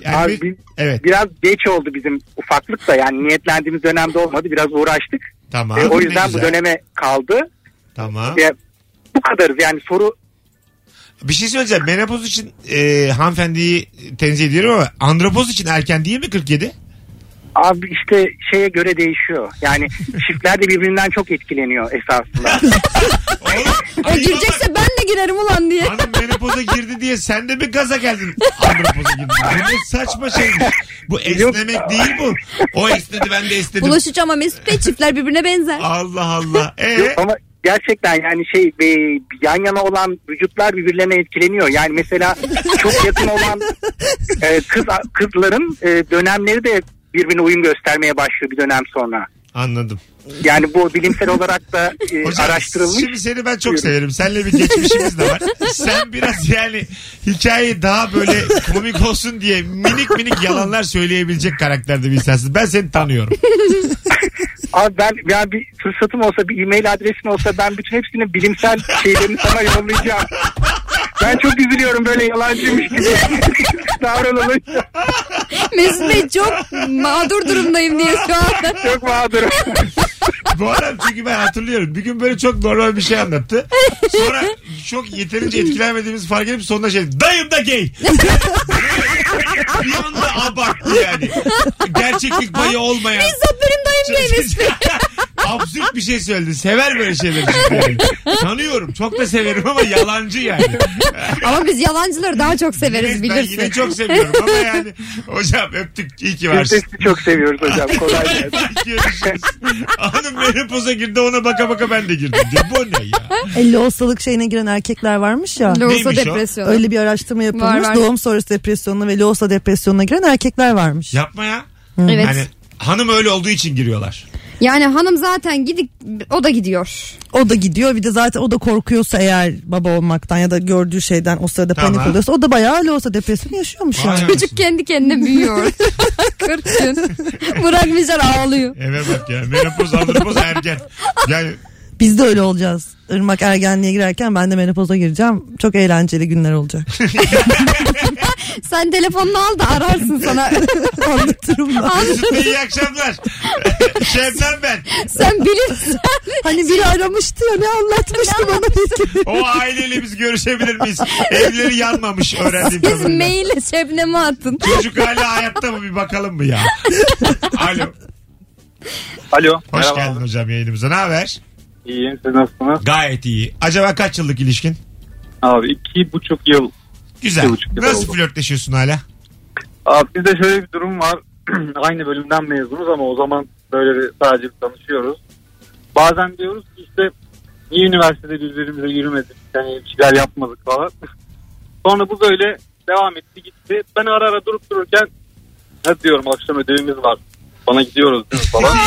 S2: Yani bir-
S8: Abi biz-
S2: evet
S8: biraz geç oldu bizim ufaklık da. Yani niyetlendiğimiz dönemde olmadı. Biraz uğraştık.
S2: tamam.
S8: E, o
S2: Ne
S8: yüzden bu
S2: güzel.
S8: döneme kaldı.
S2: Tamam.
S8: Ya, bu kadarız yani soru
S2: Bir şey söyleyeceğim. Menopoz için e, hanımefendiyi tenzih ediyorum ama andropoz için erken değil mi 47?
S8: abi işte şeye göre değişiyor. Yani çiftler de birbirinden çok etkileniyor esasında.
S2: Oğlum,
S3: O
S2: ayıba bak.
S3: E, girecekse ben de girerim ulan diye.
S2: Hanım menopoza girdi diye sen de bir gaza geldin. Andropoza girdin. Bu ne saçma şeymiş. Bu esnemek değil bu. O esnedi ben de esnedim.
S3: Bulaşıcı ama Mesut Bey çiftler birbirine benzer.
S2: Allah Allah. Ee,
S8: Yok ama gerçekten yani şey e, yan yana olan vücutlar birbirlerine etkileniyor. Yani mesela çok yakın olan e, kız kızların e, dönemleri de birbirine uyum göstermeye başlıyor bir dönem sonra.
S2: anladım.
S8: Yani bu bilimsel olarak da e,
S2: Hocam,
S8: araştırılmış.
S2: Şimdi seni ben çok severim. Seninle bir geçmişimiz de var. Sen biraz yani hikayeyi daha böyle komik olsun diye minik minik yalanlar söyleyebilecek karakterde bir insansın. Ben seni tanıyorum.
S8: Abi ben yani bir fırsatım olsa bir e-mail adresin olsa ben bütün hepsini bilimsel şeylerini sana yollayacağım. Ben çok üzülüyorum böyle yalancıymış gibi davranılınca.
S3: Mesut Bey çok mağdur durumdayım diye şu anda.
S8: Çok mağdurum.
S2: Bu adam çünkü ben hatırlıyorum. Bir gün böyle çok normal bir şey anlattı. Sonra çok yeterince etkilenmediğimiz fark edip sonunda şey dayım da gay. bir anda abarttı yani. Gerçeklik payı olmayan. Şey,
S3: Bizzat benim dayım Bey Mesut Bey.
S2: Absürt bir şey söyledi. Sever böyle şeyleri. çünkü Yani. Tanıyorum. Çok da severim ama yalancı yani.
S3: Ama biz yalancıları daha çok severiz
S2: Neyse, ben yine
S3: bilirsin.
S2: çok seviyorum ama yani. Hocam öptük. İyi ki
S8: Biz de
S2: varsın.
S8: sizi çok seviyoruz hocam. Kolay gelsin.
S2: Görüşürüz. Hanım menopoza girdi ona baka baka ben de girdim. diyor. Bu ne ya?
S4: E, loğusalık şeyine giren erkekler varmış ya.
S2: Neymiş o?
S3: Loğusa depresyonu.
S4: Öyle bir araştırma yapılmış.
S3: Var, var.
S4: Doğum sonrası depresyonuna ve loğusa depresyonuna giren erkekler varmış.
S2: Yapma ya.
S3: Evet.
S2: Yani hanım öyle olduğu için giriyorlar.
S3: Yani hanım zaten gidip o da gidiyor.
S4: O da gidiyor bir de zaten o da korkuyorsa eğer baba olmaktan ya da gördüğü şeyden o sırada
S2: Tamam.
S4: panik oluyorsa o da bayağı loğusa depresyonu yaşıyormuş
S2: Vay
S4: yani.
S2: anasını.
S3: Çocuk kendi kendine büyüyor. 40 gün. Bırakmışlar ağlıyor.
S2: Eve bak ya. Menopoz, andropoz, ergen. Yani
S4: Biz de öyle olacağız. Irmak ergenliğe girerken ben de menopoza gireceğim. Çok eğlenceli günler olacak.
S3: Sen telefonunu al da ararsın sana.
S4: Anlatırım ben.
S2: Mesut Bey iyi akşamlar. Şebnem ben.
S3: Sen bilirsin.
S4: Hani biri aramıştı ya ne anlatmıştım ona etkili.
S2: O aileyle biz görüşebilir miyiz? Evleri yanmamış öğrendiğim
S3: Siz
S2: kadarıyla.
S3: maille Şebnem'e atın.
S2: Çocuk hala hayatta mı bir bakalım mı ya? Alo.
S7: Alo.
S2: Hoş geldin hocam yayınımıza. Ne haber?
S7: İyiyim siz nasılsınız?
S2: Gayet iyi. Acaba kaç yıllık ilişkin?
S7: Abi iki buçuk yıl.
S2: Güzel.
S7: İki buçuk yıl
S2: Nasıl
S7: oldu.
S2: flörtleşiyorsun hala?
S7: Abi bizde şöyle bir durum var. Aynı bölümden mezunuz ama o zaman böyle bir, sadece bir tanışıyoruz. Bazen diyoruz ki işte niye üniversitede birbirimize yürümedik? Yani bir şeyler yapmadık falan. Sonra bu böyle devam etti gitti. Ben ara ara durup dururken ne diyorum akşam ödevimiz var. Bana gidiyoruz değil mi falan.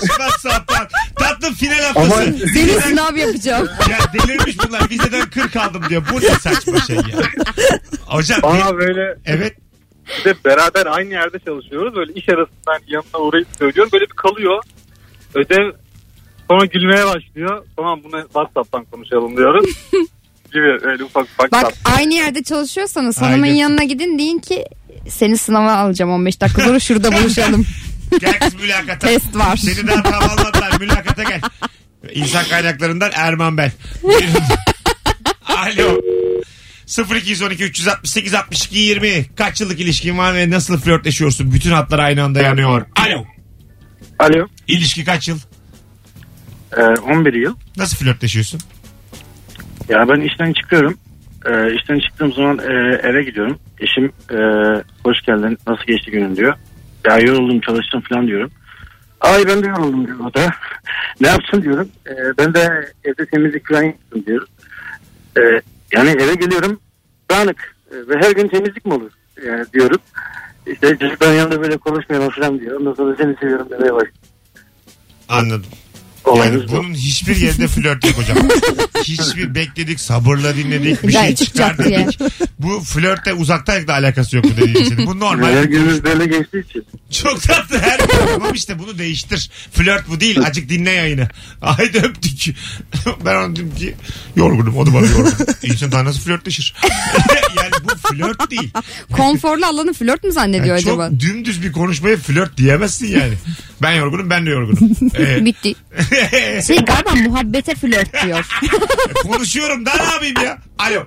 S2: Saçma sapan. Tatlı final
S7: Ama-
S2: haftası.
S3: Senin sınav yapacağım.
S2: Ya delirmiş bunlar. Vizeden 40 aldım diyor. Bu ne saçma şey ya. Hocam
S7: Bana böyle
S2: evet.
S7: bir de beraber aynı yerde çalışıyoruz. Böyle iş arasından yanına uğrayıp söylüyorum. Böyle bir kalıyor. Ödev sonra gülmeye başlıyor. Tamam bunu WhatsApp'tan konuşalım diyoruz. gibi öyle ufak ufak.
S3: Bak aynı yerde çalışıyorsanız hanımın
S2: Aynen.
S3: yanına gidin deyin ki seni sınava alacağım 15 dakika sonra şurada buluşalım.
S2: Gel kız mülakata.
S3: Test var.
S2: Seni daha tam almadılar. Mülakata gel. İnsan kaynaklarından Erman ben. Buyurun. Alo. 0212 368 62 20 kaç yıllık ilişkin var ve nasıl flörtleşiyorsun? Bütün hatlar aynı anda yanıyor. Alo.
S7: Alo.
S2: İlişki kaç yıl?
S7: 11 yıl.
S2: Nasıl flörtleşiyorsun?
S7: Ya ben işten çıkıyorum. Ee, işten çıktığım zaman e, eve gidiyorum. Eşim e, hoş geldin nasıl geçti günün diyor. Ya yoruldum çalıştım falan diyorum.
S8: Ay ben de yoruldum diyor o da. ne yapsın diyorum. Ee, ben de evde temizlik falan yaptım diyor. Ee, yani eve geliyorum dağınık. Ee, ve her gün temizlik mi olur? Yani diyorum. İşte çocukların yanında böyle konuşmayalım falan diyor. Ondan sonra seni seviyorum demeye başlıyor.
S2: Anladım.
S8: Olayımız
S2: Yani
S8: bu.
S2: bunun hiçbir yerinde flört yok hocam. Hiçbir bekledik, sabırla dinledik, bir şey
S3: Belki
S2: çıkar
S3: çıkacak diye.
S2: dedik. Bu flörtte uzaktan da alakası yok bu dediğin şeyin. Bu normal.
S8: Her günümüz böyle geçtiği için.
S2: Çok tatlı her Tamam işte bunu değiştir. Flört bu değil. Acık dinle yayını. Haydi öptük. ben ona dedim ki yorgunum. O da bana yorgun. İnsan daha nasıl flörtleşir? yani bu flört değil.
S3: Konforlu alanı flört mü
S2: Yani
S3: zannediyor
S2: çok
S3: acaba?
S2: dümdüz bir konuşmaya flört diyemezsin yani. Ben yorgunum ben de yorgunum. Ee,
S3: Bitti. Şey galiba muhabbete flört diyor.
S2: konuşuyorum daha ne yapayım ya? Alo.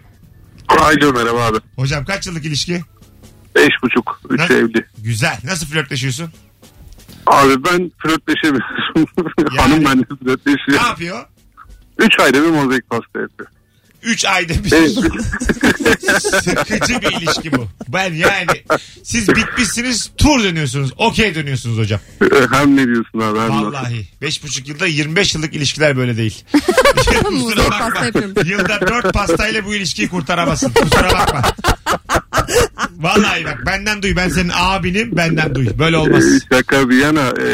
S6: Alo merhaba abi.
S2: Hocam kaç yıllık ilişki?
S6: Beş buçuk, üç
S2: Nasıl?
S6: evli.
S2: Güzel. Nasıl flörtleşiyorsun?
S6: Abi ben flörtleşemiyorum.
S2: Yani-
S6: Hanım ben de
S2: Ne
S6: flörtleşiyor.
S2: yapıyor?
S6: Üç ayda bir mozaik pasta yapıyor.
S2: 3 ayda bir
S6: Evet.
S2: sıkıcı bir ilişki bu. Ben yani siz bitmişsiniz tur dönüyorsunuz. Okey dönüyorsunuz hocam.
S6: E, hem ne diyorsun abi hem nasıl?
S2: Vallahi. 5,5 yılda 25 yıllık ilişkiler böyle değil.
S3: Muzlu
S2: Kusura
S3: pasta
S2: bakma.
S3: yapıyorum.
S2: Yılda 4 pastayla bu ilişkiyi kurtaramazsın. Kusura bakma. Vallahi bak benden duy. Ben senin abinim benden duy. Böyle olmaz.
S6: Ee, şaka bir yana e,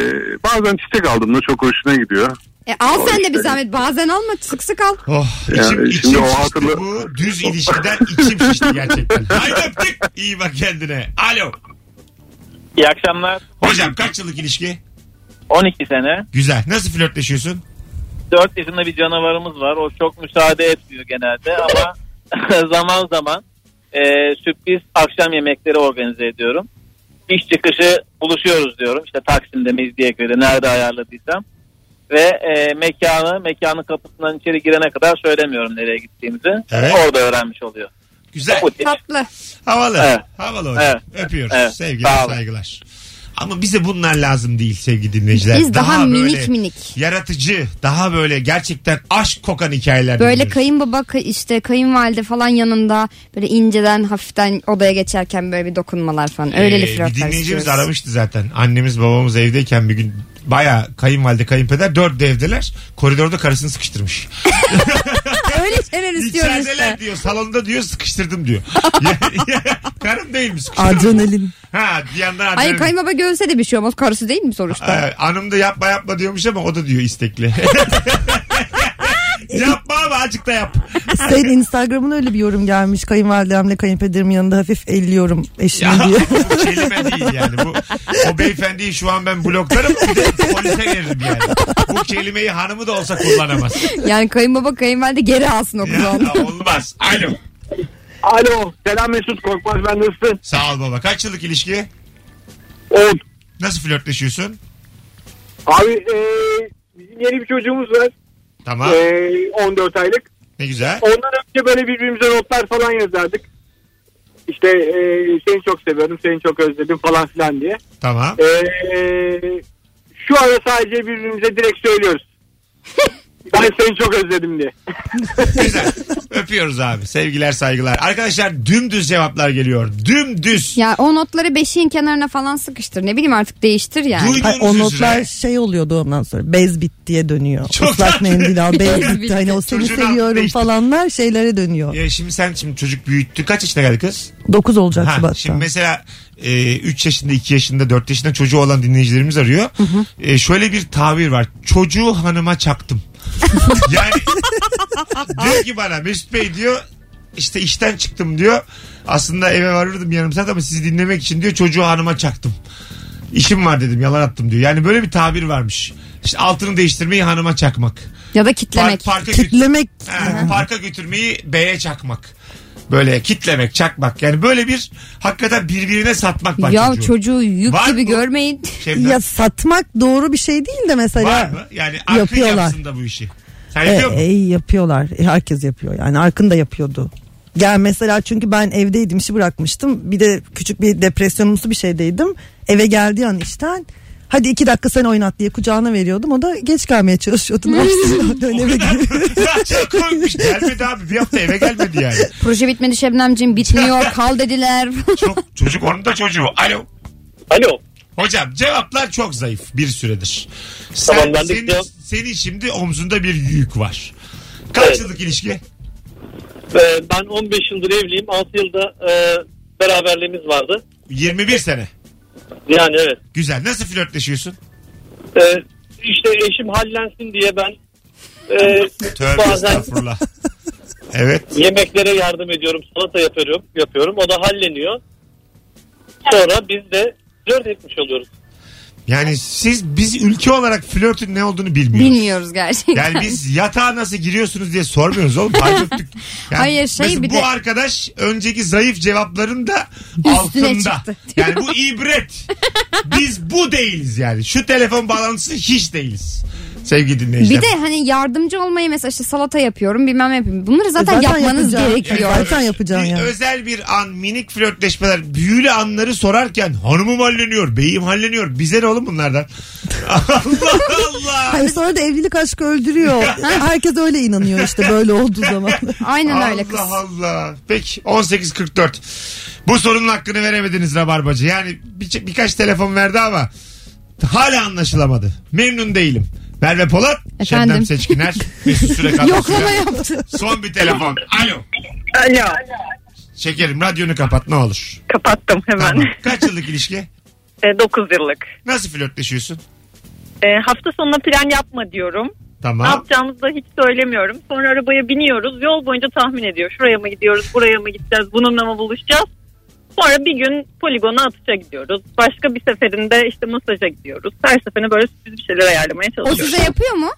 S6: bazen çiçek aldım da çok hoşuna gidiyor.
S3: E, al sen de bir zahmet. Bazen alma sık sık al.
S2: Oh, içim,
S6: Yani
S2: içim
S6: şimdi o
S2: şişti
S6: hatırlı-
S2: bu. Düz ilişkiden içim şişti gerçekten. Haydi öptük. İyi bak kendine. Alo.
S9: İyi akşamlar.
S2: Hocam kaç yıllık ilişki?
S9: 12 sene.
S2: Güzel. Nasıl flörtleşiyorsun?
S9: 4 yaşında bir canavarımız var. O çok müsaade etmiyor genelde ama zaman zaman e, sürpriz akşam yemekleri organize ediyorum. İş çıkışı buluşuyoruz diyorum. İşte Taksim'de, Mecidiyeköy'de nerede ayarladıysam. Ve e, mekanı, mekanın kapısından içeri girene kadar söylemiyorum nereye gittiğimizi.
S2: Evet.
S9: Orada öğrenmiş oluyor.
S2: Güzel.
S9: Bu tip.
S3: Tatlı.
S2: Havalı.
S9: Evet.
S2: Havalı hocam. Öpüyoruz.
S9: Evet. Sağ
S2: Sevgiler,
S9: olun.
S2: saygılar. Ama bize bunlar lazım değil sevgili dinleyiciler.
S3: Biz daha,
S2: böyle
S3: minik minik.
S2: Yaratıcı, daha böyle gerçekten aşk kokan hikayeler.
S3: Böyle
S2: dinliyoruz.
S3: kayınbaba kay- işte kayınvalide falan yanında böyle inceden hafiften odaya geçerken böyle bir dokunmalar falan. Öyleli
S2: Ee, Bir
S3: flörtler
S2: dinleyicimiz
S3: istiyoruz.
S2: aramıştı zaten. Annemiz babamız evdeyken bir gün baya kayınvalide kayınpeder dört de evdeler. Koridorda karısını sıkıştırmış.
S3: Öyle şeyler istiyoruz
S2: İçerideler
S3: işte.
S2: diyor salonda diyor sıkıştırdım diyor. Karım değil mi sıkıştırdım?
S4: Adrenalin.
S2: Ha bir yandan
S3: Hayır
S2: adrenalin.
S3: kayınbaba görse de bir şey olmaz. Karısı değil mi sonuçta?
S2: Ee, hanım da yapma yapma diyormuş ama o da diyor istekli. yapma ama azıcık da yap.
S4: Senin Instagram'ına öyle bir yorum gelmiş. Kayınvalidemle kayınpederimin yanında hafif elliyorum eşimi
S2: Ya
S4: diye.
S2: bu kelime değil yani. Bu, o beyefendiyi şu an ben bloklarım. bir de Polise veririm yani. Bu kelimeyi hanımı da olsa kullanamaz.
S3: Yani kayınbaba kayınvalide geri alsın o kızı
S2: Ya,
S3: ondan.
S2: olmaz. Alo.
S7: Alo selam Mesut Korkmaz ben nasılsın?
S2: Sağ ol baba. Kaç yıllık ilişki?
S7: 10.
S2: Nasıl flörtleşiyorsun?
S7: Abi e, bizim yeni bir çocuğumuz var.
S2: Tamam.
S7: E, 14 aylık.
S2: Ne güzel.
S7: Ondan önce böyle birbirimize notlar falan yazardık. İşte e, seni çok seviyorum, seni çok özledim falan filan diye.
S2: Tamam.
S7: E, şu ara sadece birbirimize direkt söylüyoruz. ben seni çok özledim diye.
S2: Güzel. Öpüyoruz abi. Sevgiler saygılar. Arkadaşlar dümdüz cevaplar geliyor. Dümdüz.
S3: Ya o notları beşiğin kenarına falan sıkıştır. Ne bileyim artık değiştir yani.
S2: Duyduğunuz
S4: Hayır, o notlar
S2: üzere.
S4: şey oluyordu ondan sonra. Bez bit diye dönüyor.
S2: Çok
S4: Islak
S2: tatlı.
S4: mendil al bez
S3: Bez
S4: bitti.
S3: bitti.
S4: Hani o seni
S2: Çocuğun altında
S4: seviyorum
S2: işte.
S4: falanlar şeylere dönüyor.
S2: Ya E, şimdi sen şimdi çocuk büyüttü. Kaç yaşına geldi kız?
S4: 9 olacak
S2: Ha,
S4: Şubat'ta.
S2: şimdi mesela 3 yaşında, 2 yaşında, 4 yaşında çocuğu olan dinleyicilerimiz arıyor. E, şöyle bir tabir var. Çocuğu hanıma çaktım. yani diyor ki bana Mesut Bey diyor işte işten çıktım diyor. Aslında eve varırdım yarım saat ama sizi dinlemek için diyor çocuğu hanıma çaktım. İşim var dedim yalan attım diyor. Yani böyle bir tabir varmış. İşte altını değiştirmeyi hanıma çakmak.
S3: Ya da
S2: Par-
S3: kitlemek.
S2: parka götür-
S4: Kitlemek
S2: Ha, parka götürmeyi B'ye çakmak. Böyle kitlemek, çakmak. Yani böyle bir hakikaten birbirine satmak var
S3: ya
S2: çocuğu.
S3: çocuğu yük
S2: Var
S3: gibi
S2: bu.
S3: görmeyin.
S2: Şebnem,
S4: ya satmak doğru bir şey değil de
S2: var
S4: mesela
S2: mı? Yani Arkın
S4: Yapıyorlar.
S2: yapsın da bu işi. Sen
S4: E,
S2: yapıyor musun?
S4: e, yapıyorlar. E, herkes yapıyor yani. Arkın da yapıyordu. Yani mesela çünkü ben evdeydim işi bırakmıştım. Bir de küçük bir depresyonumsu bir şeydeydim. Eve geldiği an işten hadi iki dakika sen oynat diye kucağına veriyordum. O da geç gelmeye çalışıyordu. Ne yapsın? Dön eve gidiyor.
S2: Çok komikmiş. Gelmedi abi. Bir hafta eve gelmedi yani.
S3: Proje bitmedi Şebnemciğim bitmiyor kal dediler.
S2: Çok, çocuk onun da çocuğu. Alo.
S9: Alo.
S2: Hocam cevaplar çok zayıf bir süredir. Sen,
S9: Tamam, ben de
S2: senin,
S9: cevap-
S2: senin şimdi omzunda bir yük var. Kaç
S9: Evet.
S2: yıllık ilişki?
S9: Ee, ben 15 yıldır evliyim. 6 yılda e, beraberliğimiz vardı.
S2: 21 sene.
S9: Yani evet.
S2: Güzel. Nasıl flörtleşiyorsun?
S9: Ee, işte eşim hallensin diye ben e,
S2: Tövbe
S9: bazen
S2: estağfurullah. Evet.
S9: yemeklere yardım ediyorum. Salata yapıyorum. yapıyorum. O da halleniyor. Sonra biz de flört etmiş oluyoruz.
S2: Yani siz biz ülke olarak flörtün ne olduğunu bilmiyoruz.
S3: Bilmiyoruz gerçekten.
S2: Yani biz yatağa nasıl giriyorsunuz diye sormuyoruz oğlum. Fark ettik. Yani
S3: Hayır, şey
S2: mesela
S3: bir
S2: bu
S3: de-
S2: arkadaş önceki zayıf cevapların da altında.
S3: çıktı.
S2: Yani bu ibret. Biz bu değiliz yani. Şu telefon bağlantısı hiç değiliz. Sevgili dinleyiciler.
S3: Bir de hani yardımcı olmayı mesela işte salata yapıyorum bilmem ne yapıyorum. Bunları zaten,
S4: E, zaten
S3: yapmanız
S4: yapacağım.
S3: gerekiyor.
S4: Yani zaten yapacaksın
S2: Bir
S4: yani.
S2: Özel bir an minik flörtleşmeler büyülü anları sorarken hanımım halleniyor beyim halleniyor bize ne oğlum bunlardan Allah Allah
S4: Hayır sonra da evlilik aşkı öldürüyor. E, Herkes öyle inanıyor işte böyle olduğu zaman.
S3: Aynen öyle
S2: Allah
S3: kız.
S2: Allah. Peki 18.44. Bu sorunun hakkını veremediniz Rabarbacı. Yani bir, birkaç telefon verdi ama hala anlaşılamadı. Memnun değilim. Merve Polat,
S3: Efendim?
S2: Şebnem Seçkiner, Mesut Süre kadrosuyla.
S3: Yoklama yaptı.
S2: Son bir telefon. Alo.
S5: Alo.
S2: Şekerim radyonu kapat ne olur.
S5: Kapattım hemen.
S2: Tamam. Kaç yıllık ilişki?
S5: 9 E, yıllık.
S2: Nasıl flörtleşiyorsun?
S5: E, hafta sonuna plan yapma diyorum. Ne
S2: Tamam.
S5: yapacağımızı da hiç söylemiyorum. Sonra arabaya biniyoruz. Yol boyunca tahmin ediyor. Şuraya mı gidiyoruz, buraya mı gideceğiz, bununla mı buluşacağız? Sonra bir gün poligona atışa Şey gidiyoruz. Başka bir seferinde işte masaja gidiyoruz. Her seferinde böyle sürpriz bir şeyler ayarlamaya
S3: O
S5: çalışıyoruz.
S3: size yapıyor mu?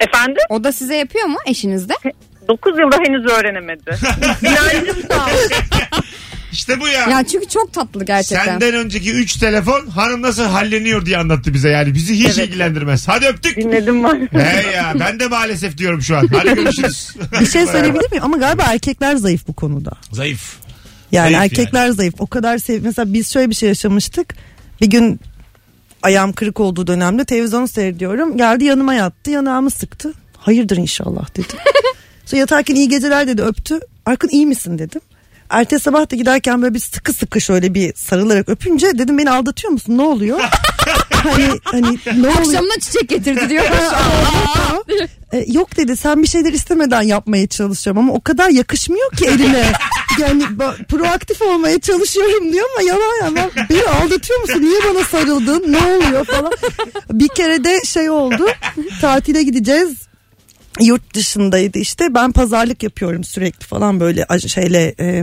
S5: Efendim?
S3: O da size yapıyor mu eşinizde?
S5: 9 yılda henüz öğrenemedi. İnancım sağ olsun.
S2: İşte bu ya.
S3: Ya çünkü çok tatlı gerçekten.
S2: Senden önceki 3 telefon hanım nasıl halleniyor diye anlattı bize. Yani bizi hiç ilgilendirmez. Hadi öptük.
S5: Dinledim ben.
S2: He ya ben de maalesef diyorum şu an. Hadi görüşürüz.
S4: Bir şey söyleyebilir miyim? Ama galiba erkekler zayıf bu konuda.
S2: Zayıf.
S4: Yani
S2: Zayıf
S4: erkekler zayıf. O kadar sev mesela biz şöyle bir şey yaşamıştık. Bir gün ayağım kırık olduğu dönemde televizyon seyrediyorum. Geldi yanıma yattı, yanağımı sıktı. Hayırdır inşallah dedi. Sonra yatarken iyi geceler dedi, öptü. Arkın iyi misin dedim. Ertesi sabah da giderken böyle bir sıkı sıkı şöyle bir sarılarak öpünce dedim beni aldatıyor musun? Ne oluyor? hani hani ne oluyor?
S3: Akşamına çiçek getirdi diyor.
S4: E, yok dedi sen bir şeyler istemeden yapmaya çalışıyorum ama o kadar yakışmıyor ki eline. Yani ba- proaktif olmaya çalışıyorum diyor ama yalan yalan. Beni aldatıyor musun? Niye bana sarıldın? Ne oluyor falan. Bir kere de şey oldu. Tatile gideceğiz. Yurt dışındaydı işte. Ben pazarlık yapıyorum sürekli falan böyle a- şeyle e,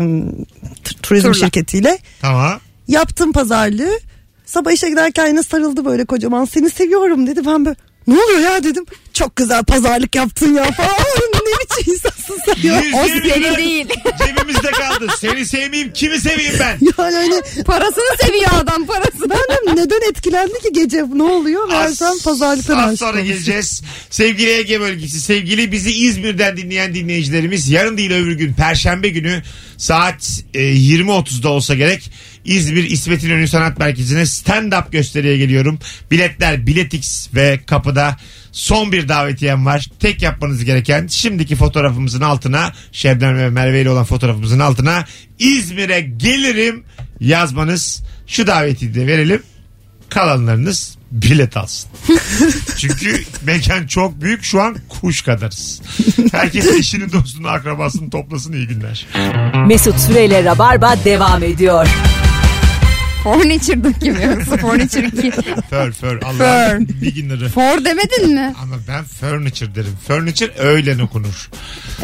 S4: t- turizm
S3: Turla.
S4: şirketiyle.
S2: Tamam.
S4: Yaptım pazarlığı. Sabah işe giderken yine sarıldı böyle kocaman. Seni seviyorum dedi. Ben böyle ne oluyor ya dedim. Çok güzel pazarlık yaptın ya falan. Aa, ne biçim insansın sen ya.
S2: Yüz
S4: O
S2: yirmi
S3: seni
S2: lira
S3: değil.
S2: Cebimizde kaldı. Seni sevmeyeyim kimi seveyim ben?
S4: Yani hani
S3: parasını seviyor adam parasını.
S4: ben diyorum, neden etkilendi ki gece ne oluyor? Meğersem pazarlıktan
S2: az
S4: aşık
S2: sonra
S4: olmuş.
S2: geleceğiz. Sevgili Ege bölgesi, sevgili bizi İzmir'den dinleyen dinleyicilerimiz yarın değil öbür gün Perşembe günü saat e, 20.30'da olsa gerek İzmir İsmet İnönü Sanat Merkezi'ne stand-up gösteriye geliyorum. Biletler Biletix ve kapıda son bir davetiyem var. Tek yapmanız gereken şimdiki fotoğrafımızın altına Şebnem ve Merve ile olan fotoğrafımızın altına İzmir'e gelirim yazmanız şu davetiyi de verelim. Kalanlarınız bilet alsın. Çünkü mekan çok büyük şu an kuş kadarız. Herkes eşini dostunu akrabasını toplasın iyi günler.
S1: Mesut Süreyle Rabarba devam ediyor.
S3: Furniture'daki mi yoksa Furniture 2.
S2: Fur fur Allah
S3: Fur.
S2: beginner'ı.
S3: For demedin mi?
S2: Ama ben furniture derim. Furniture öğlen okunur.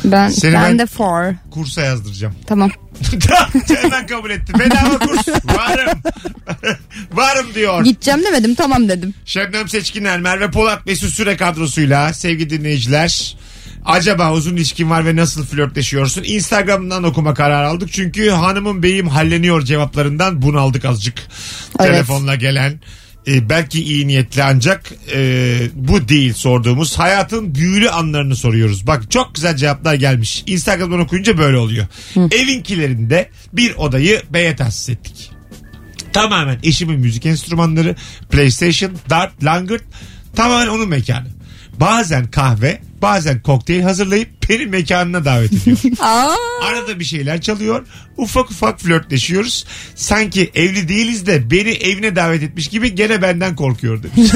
S3: Ben,
S2: Seni
S3: ben,
S2: ben-
S3: de for.
S2: Kursa yazdıracağım.
S3: Tamam.
S2: Hemen kabul etti. Bedava kurs. Varım. Varım diyor.
S3: Gideceğim demedim tamam dedim.
S2: Şebnem Seçkiner, Merve Polat Mesut Süre kadrosuyla sevgili dinleyiciler. Acaba uzun ilişkin var ve nasıl flörtleşiyorsun? Instagram'dan okuma kararı aldık. Çünkü hanımın beyim halleniyor cevaplarından bunaldık azıcık.
S3: Evet.
S2: Telefonla gelen e, belki iyi niyetli ancak e, bu değil sorduğumuz. Hayatın büyülü anlarını soruyoruz. Bak çok güzel cevaplar gelmiş. Instagram'dan okuyunca böyle oluyor. Evinkilerinde bir odayı beye tahsis ettik tamamen eşimin müzik enstrümanları, PlayStation, dart, langırt tamamen onun mekanı. Bazen kahve, bazen kokteyl hazırlayıp beni mekanına davet ediyor.
S3: Aa,
S2: Arada bir şeyler çalıyor. Ufak ufak flörtleşiyoruz. Sanki evli değiliz de beni evine davet etmiş gibi gene benden korkuyor demiş.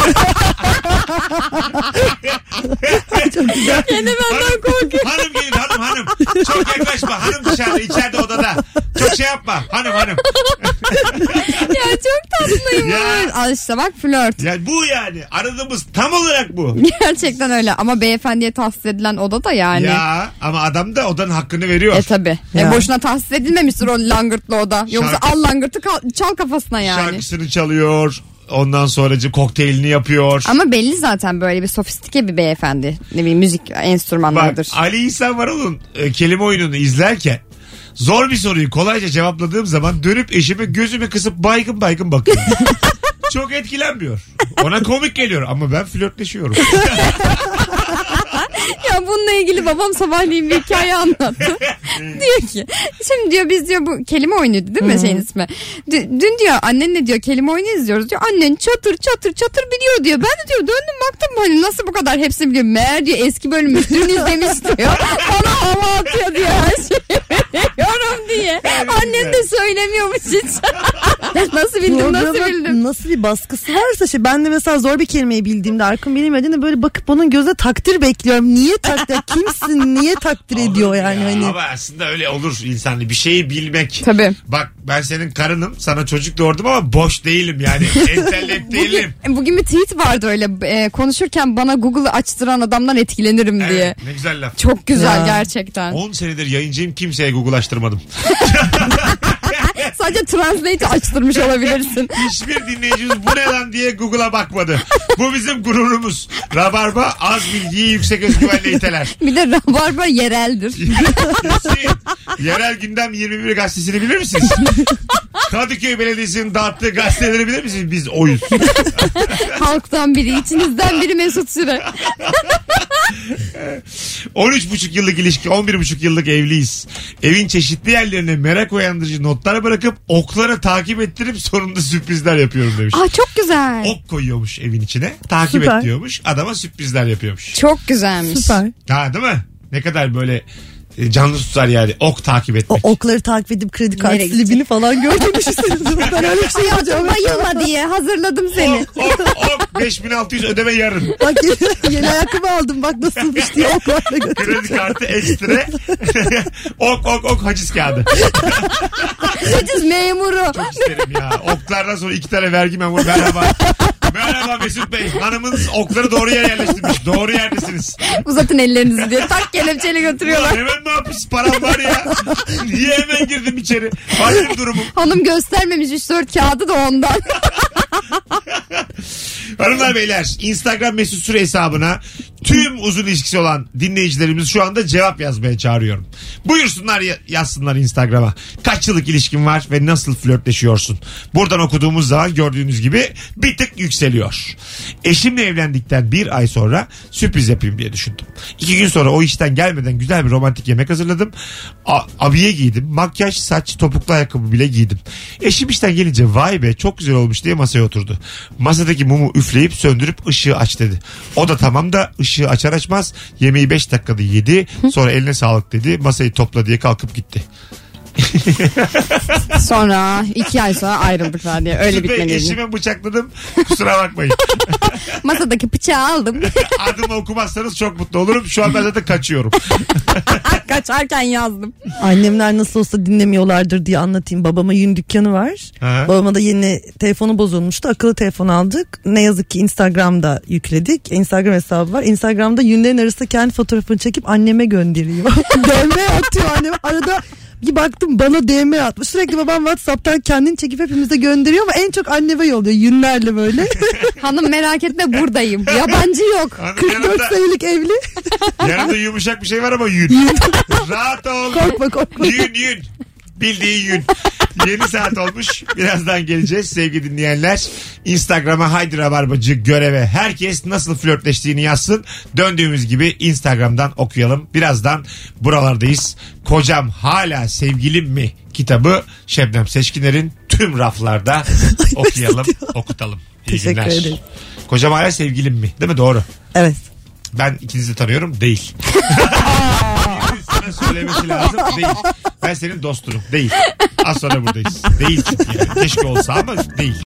S3: gene benden korkuyor.
S2: hanım gelin hanım hanım. Çok yaklaşma hanım dışarıda içeride odada. Çok şey yapma hanım hanım.
S3: ya çok tatlıyım.
S2: Ya.
S3: Al işte bak flört.
S2: Yani bu yani aradığımız tam olarak bu.
S3: Gerçekten öyle ama beyefendiye tahsis edilen oda da yani.
S2: Ya ama adam da odanın hakkını veriyor.
S3: E tabi.
S4: Ya.
S3: E boşuna tahsis edilmemiştir o langırtlı oda. Yoksa
S2: Şarkı-
S3: al langırtı kal- çal kafasına yani.
S2: Şarkısını çalıyor. Ondan sonracı kokteylini yapıyor.
S3: Ama belli zaten böyle bir sofistike bir beyefendi. Ne bileyim müzik enstrümanlarıdır.
S2: Bak Ali İhsan Varol'un e, kelime oyununu izlerken zor bir soruyu kolayca cevapladığım zaman dönüp eşime gözümü kısıp baygın baygın bakıyorum. Çok etkilenmiyor. Ona komik geliyor ama ben flörtleşiyorum.
S3: Ya bununla ilgili babam sabahleyin bir hikaye anlattı. diyor ki şimdi diyor biz diyor bu kelime oyunuydu değil mi şeyin ismi. D- dün diyor annenle diyor kelime oyunu izliyoruz diyor. Annen çatır çatır çatır biliyor diyor. Ben de diyor döndüm baktım hani nasıl bu kadar hepsini biliyor. Meğer diyor eski bölümü dün izlemiş diyor. Bana hava atıyor diyor her şeyi biliyorum diye. Annem de söylemiyormuş hiç. nasıl bildim nasıl
S4: Programa
S3: bildim.
S4: nasıl bir baskısı varsa şey ben de mesela zor bir kelimeyi bildiğimde Arkın bilmediğinde böyle bakıp onun gözüne takdir bekliyorum. Niye takdir? Kimsin? Niye takdir ediyor yani?
S2: Ya,
S4: hani
S2: Ama aslında öyle olur insanlı bir şeyi bilmek.
S3: Tabii.
S2: Bak ben senin karınım sana çocuk doğurdum ama boş değilim yani. Entellekt değilim.
S3: Bugün bir tweet vardı öyle e, konuşurken bana Google'ı açtıran adamdan etkilenirim diye.
S2: Evet, Oh. ne güzel laf.
S3: Çok güzel
S4: Ya.
S3: gerçekten.
S2: 10 senedir yayıncıyım kimseye Google'laştırmadım.
S3: Sadece translate açtırmış olabilirsin.
S2: Hiçbir dinleyicimiz bu ne lan diye Google'a bakmadı. Bu bizim gururumuz. Rabarba az bilgiyi yüksek özgüvenle iteler.
S3: Bir de rabarba yereldir.
S2: Kesin. Yerel Gündem 21 gazetesini bilir misiniz? Kadıköy Belediyesi'nin dağıttığı gazeteleri bilir misiniz? Biz oyuz.
S3: Halktan biri, içinizden biri Mesut Süre.
S2: 13,5 yıllık ilişki, 11,5 yıllık evliyiz. Evin çeşitli yerlerine merak uyandırıcı notlar bırakıp okları takip ettirip sonunda sürprizler yapıyorum demiş.
S3: Aa çok güzel.
S2: Ok koyuyormuş evin içine. Takip
S4: Süper.
S2: et diyormuş. Adama sürprizler yapıyormuş.
S3: Çok güzelmiş.
S4: süper.
S2: Ha değil mi? Ne kadar böyle e, canlı tutar yani. Ok takip
S4: O
S2: etmek.
S4: okları takip edip kredi kart
S3: Nereye gidecek?
S4: silibini falan görmemiş Ben öyle bir şey yapacağım.
S3: Bayılma diye hazırladım
S2: Oh.
S3: seni.
S2: Ok, ok, ok. 5600 ödeme yarın.
S4: Bak yeni, yeni ayakkabı aldım bak nasılmış diye oklarla götürdüm.
S2: Kredi kartı ekstra. ok ok ok haciz kağıdı.
S3: Ucuz memuru.
S2: İsterim ya. Oklardan sonra iki tane vergi memuru. Merhaba. Merhaba Mesut Bey. Hanımınız okları doğru yere yerleştirmiş. Doğru yerdesiniz.
S3: Uzatın ellerinizi diye tak kelepçeyle
S2: Ulan
S3: götürüyorlar.
S2: hemen ne yapmış? Param var ya. Niye hemen girdim içeri? Hayır durumum.
S3: Hanım göstermemiş 3-4 kağıdı da ondan.
S2: Hanımlar beyler Instagram mesut süre hesabına tüm uzun ilişkisi olan dinleyicilerimiz şu anda cevap yazmaya çağırıyorum. Buyursunlar ya- yazsınlar Instagram'a. Kaç yıllık ilişkin var ve nasıl flörtleşiyorsun? Buradan okuduğumuz zaman gördüğünüz gibi bir tık yükseliyor. Eşimle evlendikten bir ay sonra sürpriz yapayım diye düşündüm. İki gün sonra o işten gelmeden güzel bir romantik yemek hazırladım. A- abiye giydim. Makyaj, saç, topuklu ayakkabı bile giydim. Eşim işten gelince vay be çok güzel olmuş diye masaya oturdu. Masadaki mumu üfleyip söndürüp ışığı aç dedi. O da tamam da ışığı açar açmaz yemeği 5 dakikada yedi. Sonra eline sağlık dedi. Masayı topla diye kalkıp gitti.
S3: Sonra 2 ay sonra ayrıldıklar diye öyle
S2: Ve
S3: bitmeliydi.
S2: eşime bıçakladım. Kusura bakmayın.
S3: Masadaki bıçağı aldım.
S2: Adımı okumazsanız çok mutlu olurum. Şu an ben zaten kaçıyorum.
S3: Kaçarken yazdım.
S4: Annemler nasıl olsa dinlemiyorlardır diye anlatayım. Babama yün dükkanı var.
S2: Ha.
S4: Babama da yeni telefonu bozulmuştu. Akıllı telefon aldık. Ne yazık ki Instagram'da yükledik. Instagram hesabı var. Instagram'da yünlerin arasında kendi fotoğrafını çekip anneme gönderiyor. DM atıyor anneme. Arada bir baktım bana DM atmış. Sürekli babam Whatsapp'tan kendini çekip hepimize gönderiyor ama en çok anneme yolluyor yünlerle böyle.
S3: Hanım merak etme buradayım. Yabancı yok.
S2: Hanım
S4: 44
S2: yanımda,
S4: senelik evli.
S2: yanımda yumuşak bir şey var ama yün. Rahat ol.
S4: Korkma korkma.
S2: Yün yün. Bildiğin yün. Yeni saat olmuş. Birazdan geleceğiz sevgili dinleyenler. Instagram'a haydi rabarbacı göreve. Herkes nasıl flörtleştiğini yazsın. Döndüğümüz gibi Instagram'dan okuyalım. Birazdan buralardayız. Kocam hala sevgilim mi? Kitabı Şebnem Seçkiner'in tüm raflarda okuyalım, okutalım. İyi
S4: Teşekkür
S2: günler.
S4: ederim.
S2: Kocam hala sevgilim mi? Değil mi? Doğru.
S4: Evet.
S2: Ben ikinizi de tanıyorum. Değil. bana söylemesi lazım. Değil. Ben senin dostunum. Değil. Az sonra buradayız. Değil çünkü yani. Keşke olsa ama değil.